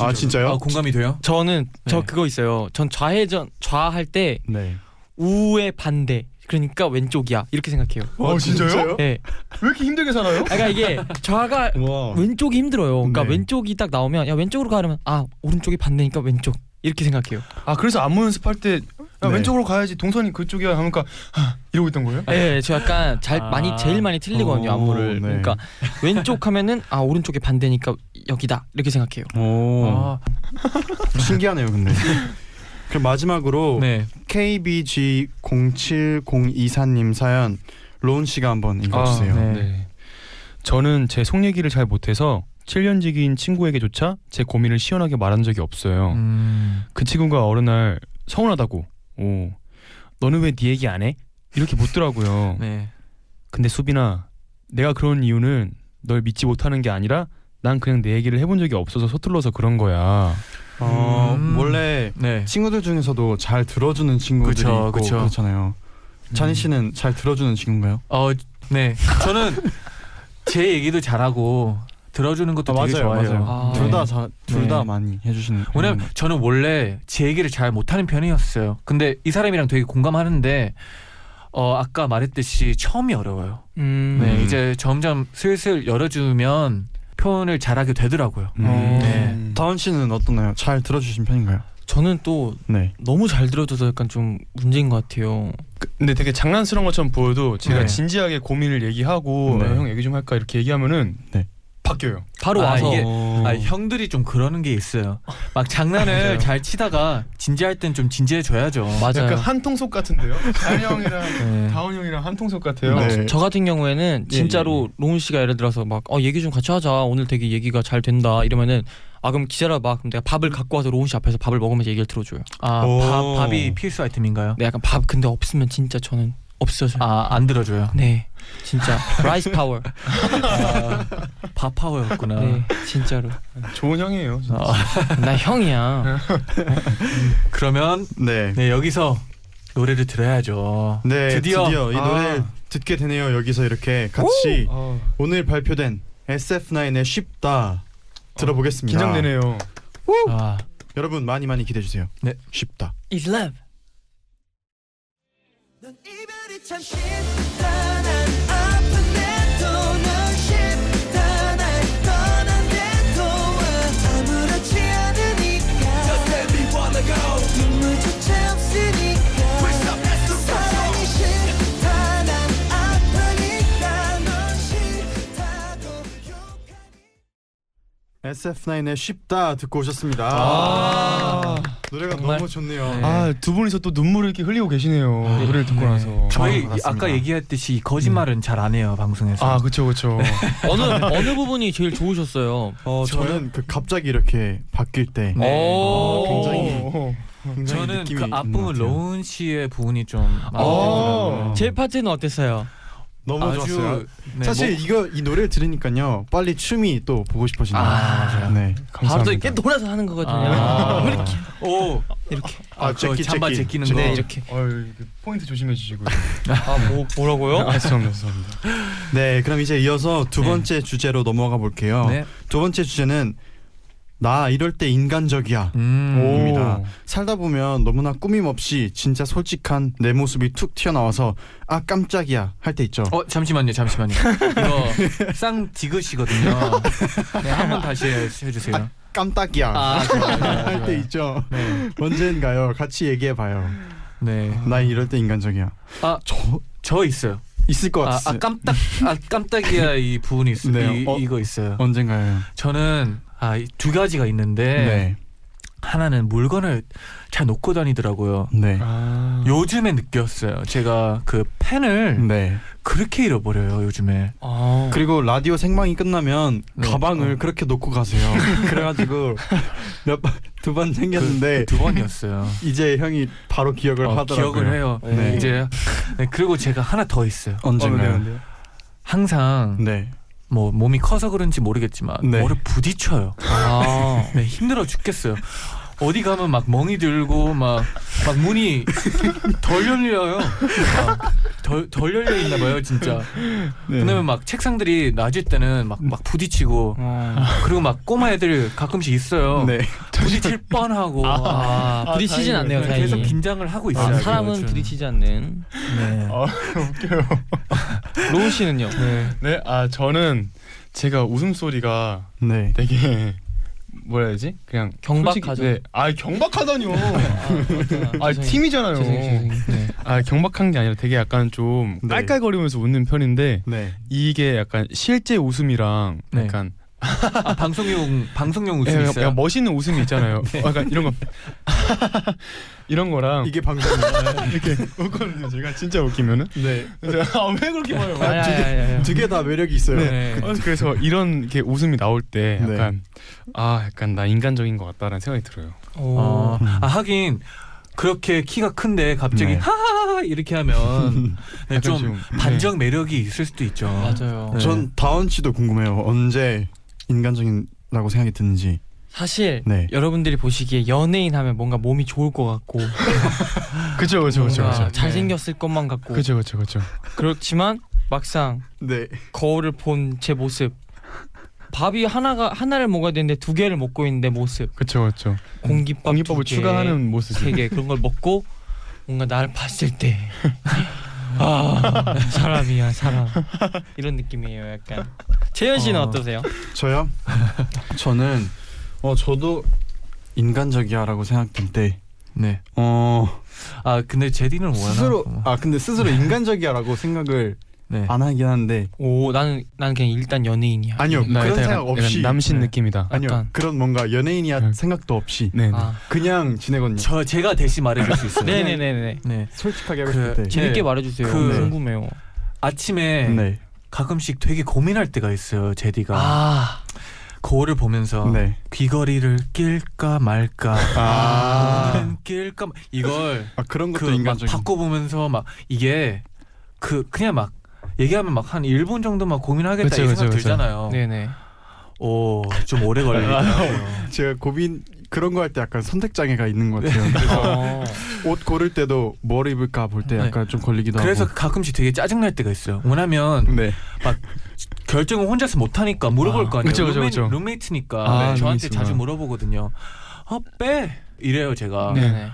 S4: 아
S2: 아
S4: 진짜요?
S2: 공감이 돼요?
S7: 저는 저
S2: 네.
S7: 그거 있어요 전 좌회전 좌할 때
S4: 네.
S7: 우의 반대 그러니까 왼쪽이야 이렇게 생각해요
S5: 어 진짜요? 왜
S7: 네.
S5: 이렇게 힘들게 살아요?
S7: 그러니까 이게 좌가
S4: 와.
S7: 왼쪽이 힘들어요. 그러니까
S4: 네.
S7: 왼쪽이 딱 나오면 야 왼쪽으로 가려면 아 오른쪽이 반대니까 왼쪽 이렇게 생각해요.
S5: 아 그래서 안무 연습할 때 야,
S4: 네.
S5: 왼쪽으로 가야지 동선이 그쪽이야 하니까 하, 이러고 있던 거예요?
S7: 네, 저 약간 잘
S2: 아.
S7: 많이 제일 많이 틀리거든요
S4: 오,
S7: 안무를.
S4: 네.
S7: 그러니까 왼쪽 하면은 아 오른쪽이 반대니까 여기다 이렇게 생각해요.
S4: 오.
S2: 아,
S4: 신기하네요, 근데. 그럼 마지막으로
S2: 네.
S4: KBG 07024님 사연 로운 씨가 한번 읽어주세요.
S2: 아, 네.
S5: 저는 제 속 얘기를 잘 못해서 7년지기인 친구에게조차 제 고민을 시원하게 말한 적이 없어요.
S2: 음.
S5: 그 친구가 어느 날 서운하다고 오 너는 왜 네 얘기 안 해? 이렇게 묻더라고요.
S2: 네.
S5: 근데 수빈아 내가 그런 이유는 널 믿지 못하는 게 아니라 난 그냥 내 얘기를 해본 적이 없어서 서툴러서 그런 거야.
S4: 어,
S2: 음.
S4: 원래
S2: 네.
S4: 친구들 중에서도 잘 들어주는 친구들이
S2: 그쵸,
S4: 있고
S2: 그쵸. 음.
S4: 그렇잖아요. 자니 씨는 잘 들어주는 친구인가요?
S2: 어, 네. 저는 제 얘기도 잘하고 들어주는 것도 되게 좋아해요. 음.
S7: 아,
S4: 둘
S2: 네.
S4: 다 잘 둘 다
S2: 네.
S4: 많이 해주시는.
S2: 왜냐면
S4: 편인
S2: 저는 원래 제 얘기를 잘 못하는 편이었어요. 근데 이 사람이랑 되게 공감하는데 어 아까 말했듯이 처음이 어려워요.
S7: 음.
S2: 네 이제 점점 슬슬 열어주면 표현을 잘하게 되더라고요.
S4: 것 같아요. 음.
S2: 네.
S4: 다운 씨는 어떠나요? 잘 들어주신 편인가요?
S7: 저는 또
S4: 네.
S7: 너무 잘 들어줘서 약간 좀 문제인 것 같아요.
S5: 근데 되게 장난스러운 것처럼 보여도 제가
S2: 네.
S5: 진지하게 고민을 얘기하고
S4: 네.
S5: 어, 형 얘기 좀 할까 이렇게 얘기하면은
S4: 네.
S5: 바뀌어요.
S7: 바로
S2: 아,
S7: 와서
S2: 이게-
S5: 어.
S2: 아, 형들이 좀 그러는 게 있어요. 막 장난을
S5: 맞아요.
S2: 잘 치다가 진지할 땐 좀 진지해줘야죠.
S7: 맞아요.
S5: 약간 한통속 같은데요. 다현 형이랑
S2: 네.
S5: 다원 형이랑 한통속 같아요.
S7: 아,
S4: 네.
S7: 저- 저 같은 경우에는
S5: 예,
S7: 진짜로 로운 씨가 예를 들어서 막 어, 얘기 좀 같이 하자 오늘 되게 얘기가 잘 된다 이러면은 아 그럼 기자라 막 그럼 내가 밥을 갖고 와서 로운 씨 앞에서 밥을 먹으면서 얘기를 들어줘요.
S2: 아,
S5: 오.
S2: 밥, 밥이 필수 아이템인가요?
S7: 네 약간 밥 근데 없으면 진짜 저는 없어져요.
S2: 아, 안 들어줘요.
S7: 네 진짜 라이스 파워.
S2: 아, 밥 파워였구나.
S7: 네 진짜로
S5: 좋은 형이에요. 진짜.
S2: 아,
S7: 나 형이야.
S2: 그러면
S4: 네.
S2: 네, 여기서 노래를 들어야죠.
S4: 네.
S2: 드디어.
S4: 드디어, 이
S5: 아.
S4: 노래를 듣게 되네요. 여기서 이렇게 같이
S5: 아,
S4: 오! 늘 발표된 SF9의 쉽다 들어보겠습니다.
S5: 긴장되네요.
S2: 아,
S4: 여러분 많이 많이 기대해 주세요.
S2: 네.
S4: 쉽다.
S7: It's love.
S1: 넌 이별이 참 쉽다 난 아픈데도 넌 쉽다 날 떠난데도 아무렇지 않으니까 눈물조차 없으니까 사랑이 싫다 난 아프니까 넌 싫다고 욕하니까
S4: SF9의 쉽다 듣고 오셨습니다.
S5: 아.
S4: 노래가
S7: 정말.
S4: 너무 좋네요.
S2: 네.
S5: 아 두 분이서 또 눈물을 이렇게 흘리고 계시네요. 노래를 듣고
S2: 네.
S5: 나서.
S2: 저희
S4: 아, 맞습니다.
S2: 아까 얘기했듯이 거짓말은 잘 안 해요 방송에서.
S5: 아 그쵸 그쵸.
S7: 어느 어느 부분이 제일 좋으셨어요?
S4: 어, 저는 그 갑자기 이렇게 바뀔 때
S2: 네.
S4: 아,
S7: 오.
S5: 어,
S4: 굉장히
S5: 오.
S4: 굉장히
S2: 저는
S4: 느낌이
S2: 그
S4: 있는
S2: 아픔을
S4: 것 같아요.
S2: 로운 씨의 부분이 좀
S5: 아, 네,
S4: 어.
S7: 제 파트는 어땠어요?
S4: 너무 좋았어요.
S2: 아주 네,
S4: 사실 이거 이 노래를 들으니까요 빨리 춤이 또 보고 싶어지네요.
S2: 아, 맞아요.
S4: 네.
S7: 바로 또
S5: 감사합니다.
S7: 이렇게 돌아서 하는 거거든요.
S2: 아.
S7: 이렇게
S2: 오
S7: 이렇게.
S2: 아, 그거
S4: 제끼,
S2: 잠바
S4: 제끼.
S2: 제끼는
S4: 제끼.
S2: 거.
S7: 네 이렇게.
S5: 어이, 그 포인트 조심해 주시고.
S7: 아 뭐, 뭐라고요?
S5: 아 죄송합니다. 죄송합니다.
S4: 네, 그럼 이제 이어서 두
S2: 네.
S4: 번째 주제로 넘어가 볼게요.
S2: 네.
S4: 두 번째 주제는 나 이럴 때 인간적이야.
S2: 음.
S4: 입니다. 살다 보면 너무나 꾸밈 없이 진짜 솔직한 내 모습이 툭 튀어나와서 아 깜짝이야 할 때 있죠.
S2: 어 잠시만요, 잠시만요. 이거 쌍 디귿이거든요. 네, 한 번 다시 해- 해주세요.
S4: 깜짝이야
S2: 아, 좋아요, 좋아요,
S4: 할 때
S2: 좋아요.
S4: 있죠.
S2: 네,
S4: 언젠가요? 같이 얘기해 봐요.
S2: 네.
S4: 나 이럴 때 인간적이야.
S2: 아,
S4: 저
S2: 저 있어요.
S4: 있을 것
S2: 아,
S4: 같아.
S2: 아 깜짝, 아 깜짝이야 이 부분이 있어요.
S4: 네,
S2: 이,
S4: 어.
S2: 이거 있어요.
S4: 언젠가요?
S2: 저는 아, 이두 가지가 있는데 네. 하나는 물건을 잘 놓고 다니더라고요.
S4: 네.
S5: 아.
S7: 그,
S2: 요즘에 느꼈어요. 제가 그 펜을
S4: 네.
S2: 그렇게 잃어버려요 요즘에.
S7: 아,
S4: 그리고 라디오 생방이 끝나면
S2: 네.
S4: 가방을 그렇게 놓고 가세요. 그래가지고 몇두번 생겼는데
S2: 그, 두 번이었어요.
S4: 이제 형이 바로 기억을
S2: 그, 어,
S4: 하더라고요.
S2: 기억을 해요.
S4: 네.
S2: 이제 네, 그리고 제가 하나 더 있어요.
S4: 언젠가요?
S5: 요
S2: 항상
S4: 네.
S2: 뭐 몸이 커서 그런지 모르겠지만
S4: 네.
S2: 뭐를 부딪혀요.
S7: 아.
S2: 네, 힘들어 죽겠어요. 어디 가면 막 멍이 들고 막, 막 문이 덜 열려요. 막 덜, 덜 열려 있나 봐요, 진짜.
S4: 네.
S2: 왜냐면 막 책상들이 낮을 때는 막, 막 부딪히고
S5: 아,
S2: 그리고 막 꼬마 애들 가끔씩 있어요.
S4: 음. 네.
S2: 부딪힐 뻔하고 아,
S7: 아, 부딪히진
S5: 다행이네요.
S7: 않네요, 다행히.
S2: 계속 긴장을 하고 있어요.
S7: 아, 사람은
S5: 네.
S2: 요즘.
S7: 부딪히지 않는.
S2: 네.
S5: 아 웃겨요.
S7: 로운 씨는요?
S2: 네.
S5: 네, 아 저는 제가 웃음 소리가
S4: 네.
S5: 되게 뭐라 해야지? 그냥
S7: 경박하죠.
S5: 솔직히- 네, 아 경박하다니요.
S7: 아,
S5: 아 팀이잖아요.
S7: 죄송해요, 죄송해요.
S2: 네.
S5: 아 경박한 게 아니라 되게 약간 좀
S4: 네.
S5: 깔깔거리면서 웃는 편인데
S4: 네.
S5: 이게 약간 실제 웃음이랑
S2: 네.
S5: 약간
S2: 아, 방송용 방송용
S5: 예,
S2: 웃음
S5: 약간
S7: 뭐,
S2: 있어요.
S5: 멋있는 웃음이 있잖아요. 어, 약간 이런 거 이런 거랑
S4: 이게 방송입니다.
S5: 이렇게 웃거든요. 제가 진짜 웃기면은
S4: 네.
S5: 제가 아, 왜 그렇게 봐요?
S7: 아니, 아니, 아니, 아니.
S4: 두 개 다 매력이 있어요.
S5: 네.
S2: 네.
S5: 어, 그래서 이런 이렇게 웃음이 나올 때
S4: 네.
S5: 약간 아 약간 나 인간적인 것 같다라는 생각이 들어요.
S7: 오.
S2: 어, 아 하긴 그렇게 키가 큰데 갑자기
S4: 네.
S2: 하하하 이렇게 하면 네,
S5: 약간
S2: 좀
S5: 네.
S2: 반전 매력이 있을 수도 있죠.
S7: 맞아요.
S2: 네.
S4: 전 다원 씨도 궁금해요. 언제 인간적인라고 생각이 드는지.
S7: 사실
S4: 네.
S7: 여러분들이 보시기에 연예인 하면 뭔가 몸이 좋을 것 같고
S5: 아, 그죠 그죠 그죠
S7: 뭔가
S5: 그죠.
S7: 잘생겼을 것만 같고
S5: 네. 그죠 그죠 그죠.
S7: 그렇지만 막상
S4: 네.
S7: 거울을 본 제 모습 밥이 하나가 하나를 먹어야 되는데 두 개를 먹고 있는데 모습
S5: 그쵸 그쵸.
S7: 공깃밥
S5: 공깃밥을
S7: 두 개,
S5: 추가하는 모습이.
S7: 세개 그런 걸 먹고 뭔가 나를 봤을 때 아, 사람이야 사람 이런 느낌이에요 약간 재현 씨는
S2: 어.
S7: 어. 떠세요
S4: 저요? 저는 어 저도 인간적이야라고 생각될 때,
S2: 네.
S4: 어
S2: 아 근데 제디는 워낙
S4: 스스로
S2: 뭐,
S4: 아 근데 스스로 인간적이야라고 생각을
S2: 네.
S4: 안 하긴 하는데
S7: 오 나는 나는 그냥 일단 연예인이야.
S4: 아니요
S5: 나
S4: 그런
S5: 일단
S4: 생각
S5: 네, 약간-
S4: 없이
S5: 약간 남신
S7: 네.
S5: 느낌이다.
S4: 아니요
S7: 약간.
S4: 그런 뭔가 연예인이야
S5: 음.
S4: 생각도 없이
S5: 네. 네.
S7: 아,
S4: 그냥 지내거든요.
S2: 저 제가 대신 말해줄 수 있어요.
S7: 네네네네.
S2: 네.
S4: 솔직하게 하고
S2: 그
S4: 싶을 때.
S7: 재밌게
S2: 네.
S7: 말해주세요.
S2: 그-
S7: 궁금해요.
S2: 아침에
S4: 네.
S2: 가끔씩 되게 고민할 때가 있어요. 제디가
S7: 아
S2: 거울을 보면서
S4: 네.
S2: 귀걸이를 낄까 말까.
S4: 아.
S2: 눈 낄까 마- 이걸
S4: 아 그런 것도
S2: 그막
S4: 인간적인.
S2: 바꿔보면서 막 이게 그 그냥 막 얘기하면 막 한 1분 정도만 고민하겠다
S5: 그쵸,
S2: 이 생각
S5: 그쵸, 그쵸.
S2: 들잖아요.
S7: 네네.
S2: 오, 좀 오래
S5: 아, 네.
S2: 걸리겠다.
S4: 제가 고민 그런 거 할 때 약간 선택 장애가 있는 것 같아요.
S2: 네.
S4: 그래서
S7: 어.
S4: 옷 고를 때도 뭘 입을까 볼 때
S2: 네.
S4: 약간 좀 걸리기도
S2: 그래서 그-
S4: 하고.
S2: 가끔씩 되게 짜증날 때가 있어요. 왜냐면
S4: 네.
S2: 결정을 혼자서 못 하니까 물어볼
S5: 음. 아,
S2: 거 아니에요.
S5: 그쵸, 그쵸, 그쵸.
S2: 룸메이, 트니까
S5: 아, 네,
S2: 저한테
S5: 룸메이트구나.
S2: 자주 물어보거든요. 어, 빼 이래요 제가.
S5: 네.
S7: 네네.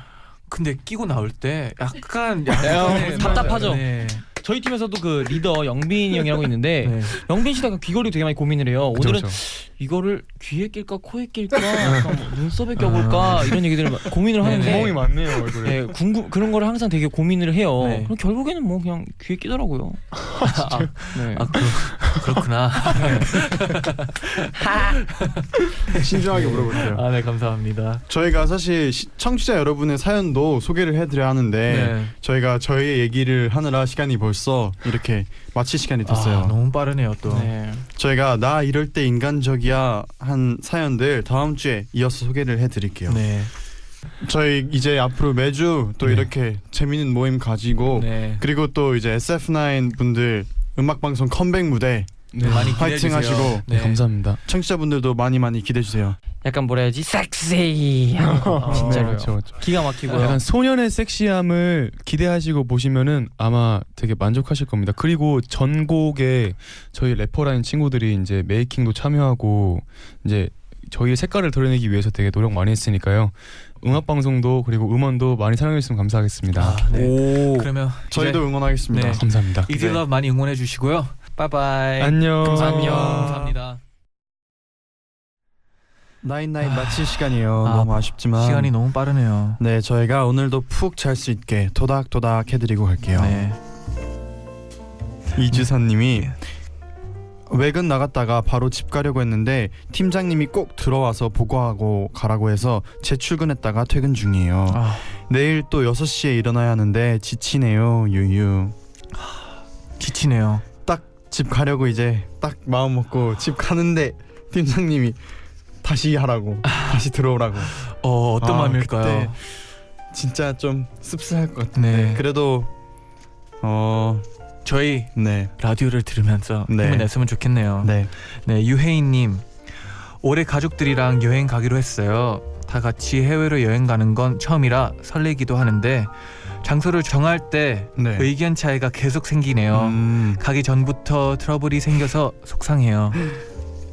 S2: 근데 끼고 나올 때 약간
S5: 어,
S7: 야, 답답하죠?
S2: 네.
S7: 저희 팀에서도 그 리더 영빈이 형이라고 있는데
S2: 네.
S7: 영빈 씨도 약간 귀걸이 되게 많이 고민을 해요.
S5: 그쵸,
S7: 오늘은
S5: 그쵸.
S7: 이거를 귀에 낄까 코에 낄까 약간 뭐 눈썹에 껴볼까 이런 얘기들을 막 고민을
S2: 네네.
S7: 하는데
S5: 구멍이 많네요 얼굴에.
S7: 네, 궁금 그런 거를 항상 되게 고민을 해요.
S2: 네.
S7: 그럼 결국에는 뭐 그냥 귀에 끼더라고요. 아, 네.
S2: 아 그렇, 구나
S4: 신중하게 물어볼게요.
S2: 아 네 감사합니다.
S4: 저희가 사실 시, 청취자 여러분의 사연도 소개를 해드려야 하는데
S2: 네.
S4: 저희가 저희의 얘기를 하느라 시간이 벌써 이렇게 마칠 시간이 됐어요.
S2: 아, 너무 빠르네요 또.
S7: 네.
S4: 저희가 나 이럴 때 인간적이야 한 사연들 다음 주에 이어서 소개를 해드릴게요.
S2: 네.
S4: 저희 이제 앞으로 매주 또
S2: 네.
S4: 이렇게 재밌는 모임 가지고
S2: 네.
S4: 그리고 또 이제 SF9 분들 음악 방송 컴백 무대
S5: 네.
S2: 많이 기대해
S4: 화이팅
S2: 주세요.
S4: 하시고
S2: 그, 네.
S5: 감사합니다.
S4: 청취자분들도 많이 많이 기대해 주세요.
S7: 약간 뭐라 해야지 섹시 진짜로요.
S5: 그렇죠. 그렇죠.
S7: 기가 막히고요.
S5: 약간 소년의 섹시함을 기대하시고 보시면은 아마 되게 만족하실 겁니다. 그리고 전곡에 저희 래퍼라는 친구들이 이제 메이킹도 참여하고 이제 저희의 색깔을 드러내기 위해서 되게 노력 많이 했으니까요. 음악 방송도 그리고 음원도 많이 사랑해 주시면 감사하겠습니다.
S2: 아, 네.
S4: 오.
S2: 그러면
S4: 저희도 응원하겠습니다.
S2: 네.
S5: 감사합니다.
S2: 이제 이디럽 많이 응원해 주시고요. 바이바이.
S7: 네.
S5: 안녕.
S2: 안녕. 감사합니다.
S4: 나인나인 마칠 시간이에요.
S2: 아,
S4: 너무 아쉽지만
S2: 시간이 너무 빠르네요.
S4: 네 저희가 오늘도 푹 잘 수 있게 토닥토닥 해드리고 갈게요.
S2: 네.
S4: 이주선님이 외근 나갔다가 바로 집 가려고 했는데 팀장님이 꼭 들어와서 보고하고 가라고 해서 재출근했다가 퇴근 중이에요.
S2: 아,
S4: 내일 또 6시에 일어나야 하는데 지치네요. 유유.
S2: 지치네요.
S4: 집 가려고 이제 딱 마음 먹고 집 가는데 팀장님이 다시 하라고 다시 들어오라고
S2: 어, 어떤
S4: 아,
S2: 마음일까요?
S4: 진짜 좀 씁쓸할 것 같아요.
S2: 네.
S4: 그래도 어,
S2: 저희
S4: 네.
S2: 라디오를 들으면서
S4: 네.
S2: 힘을 냈으면 좋겠네요.
S4: 네.
S2: 네, 유혜인님 올해 가족들이랑 여행 가기로 했어요. 다 같이 해외로 여행 가는 건 처음이라 설레기도 하는데 장소를 정할 때
S4: 네.
S2: 그 의견 차이가 계속 생기네요.
S4: 음.
S2: 가기 전부터 트러블이 생겨서 속상해요.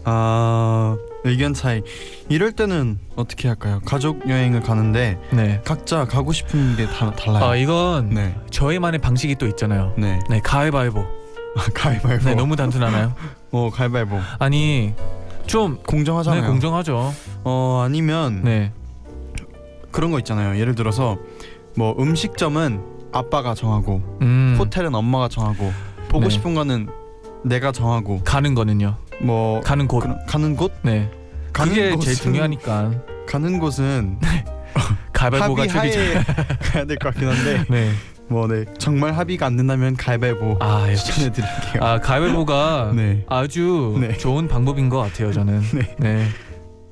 S4: 아 의견 차이 이럴 때는 어떻게 할까요? 가족 여행을 가는데
S2: 네.
S4: 각자 가고 싶은 게 다 달라요.
S2: 아 이건
S4: 네,
S2: 저희만의 방식이 또 있잖아요.
S4: 네, 아,
S2: 네, 가위바위보.
S4: 가위바위보.
S2: 네, 너무 단순하나요?
S4: 어 가위바위보.
S2: 아니 좀
S4: 공정하잖아요.
S2: 네, 공정하죠.
S4: 어 아니면
S2: 네,
S4: 그런 거 있잖아요. 예를 들어서 뭐 음식점은 아빠가 정하고
S2: 음,
S4: 호텔은 엄마가 정하고 보고
S2: 네.
S4: 싶은 거는 내가 정하고
S2: 가는 거는요.
S4: 뭐
S2: 가는 곳.
S4: 그런- 가는 곳
S2: 네,
S4: 가는
S2: 그게
S4: 곳은
S2: 제일 중요하니까
S4: 가는 곳은
S2: 가위바위보가
S4: 합의하에
S2: 최고죠.
S4: 가야 될 것 같긴 한데
S2: 네,
S4: 뭐네 정말 합의가 안 된다면 가위바위보
S2: 아 역시.
S4: 추천해드릴게요.
S2: 아 가위바위보가
S4: 네.
S2: 아주
S4: 네.
S2: 좋은 방법인 것 같아요. 저는.
S4: 네.
S2: 네.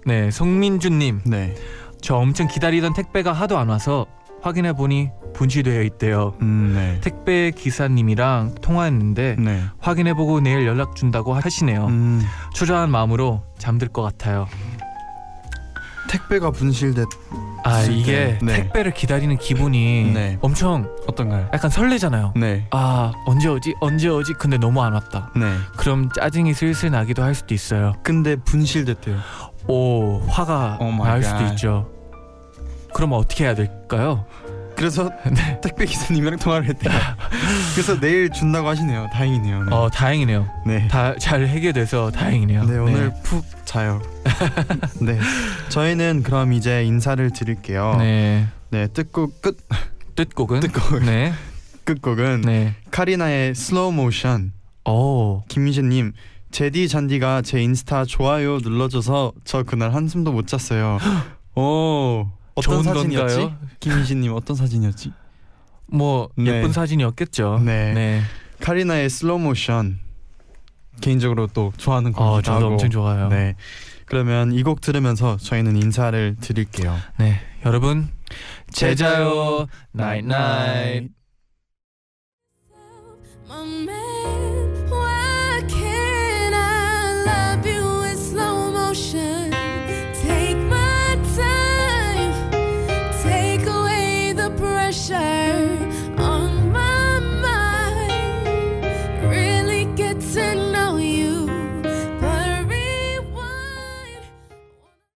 S2: 네, 성민주님,
S4: 네.
S2: 저 엄청 기다리던 택배가 하도 안 와서 확인해 보니 분실되어 있대요.
S4: 음, 네.
S2: 택배 기사님이랑 통화했는데
S4: 네.
S2: 확인해보고 내일 연락 준다고 하시네요.
S4: 음,
S2: 초조한 마음으로 잠들 것 같아요.
S4: 택배가 분실됐
S2: 아
S4: 있을
S2: 이게
S4: 때, 네.
S2: 택배를 기다리는 기분이
S4: 네.
S2: 엄청
S4: 어떤가요?
S2: 약간 설레잖아요.
S4: 네.
S2: 아 언제 오지 언제 오지 근데 너무 안 왔다.
S4: 네.
S2: 그럼 짜증이 슬슬 나기도 할 수도 있어요.
S4: 근데 분실됐대요.
S2: 오 화가
S4: Oh my
S2: 날 수도
S4: God.
S2: 있죠. 그럼 어떻게 해야 될까요?
S4: 그래서
S2: 네.
S4: 택배 기사님이랑 통화를 했대요. 그래서 내일 준다고 하시네요. 다행이네요. 네.
S2: 어 다행이네요.
S4: 네.
S2: 어, 다 잘 해결돼서 다행이네요.
S4: 네, 오늘 푹 자요. 네. 저희는 그럼 이제 인사를 드릴게요. 네.
S2: 네.
S4: 뜻곡 끝
S2: 뜻곡은
S4: 뜻곡
S2: 네.
S4: 끝곡은
S2: 네.
S4: 카리나의 슬로우 모션. 어.
S2: 오.
S4: 김민재님 제디 잔디가 제 인스타 좋아요 눌러줘서 저 그날 한숨도 못 잤어요. 오 어떤
S2: 좋은
S4: 사진이었지?
S2: 건가요?
S4: 김민재님 어떤 사진이었지?
S2: 뭐
S4: 네.
S2: 예쁜 사진이었겠죠.
S4: 네.
S2: 네.
S4: 카리나의 슬로우 모션 개인적으로 또 좋아하는
S2: 어,
S4: 곡이기도
S2: 저도
S4: 하고.
S2: 엄청 좋아요. 네.
S4: 네. 그러면 이 곡 들으면서 저희는 인사를 드릴게요.
S2: 네. 여러분 제자요 나잇나잇
S1: My man.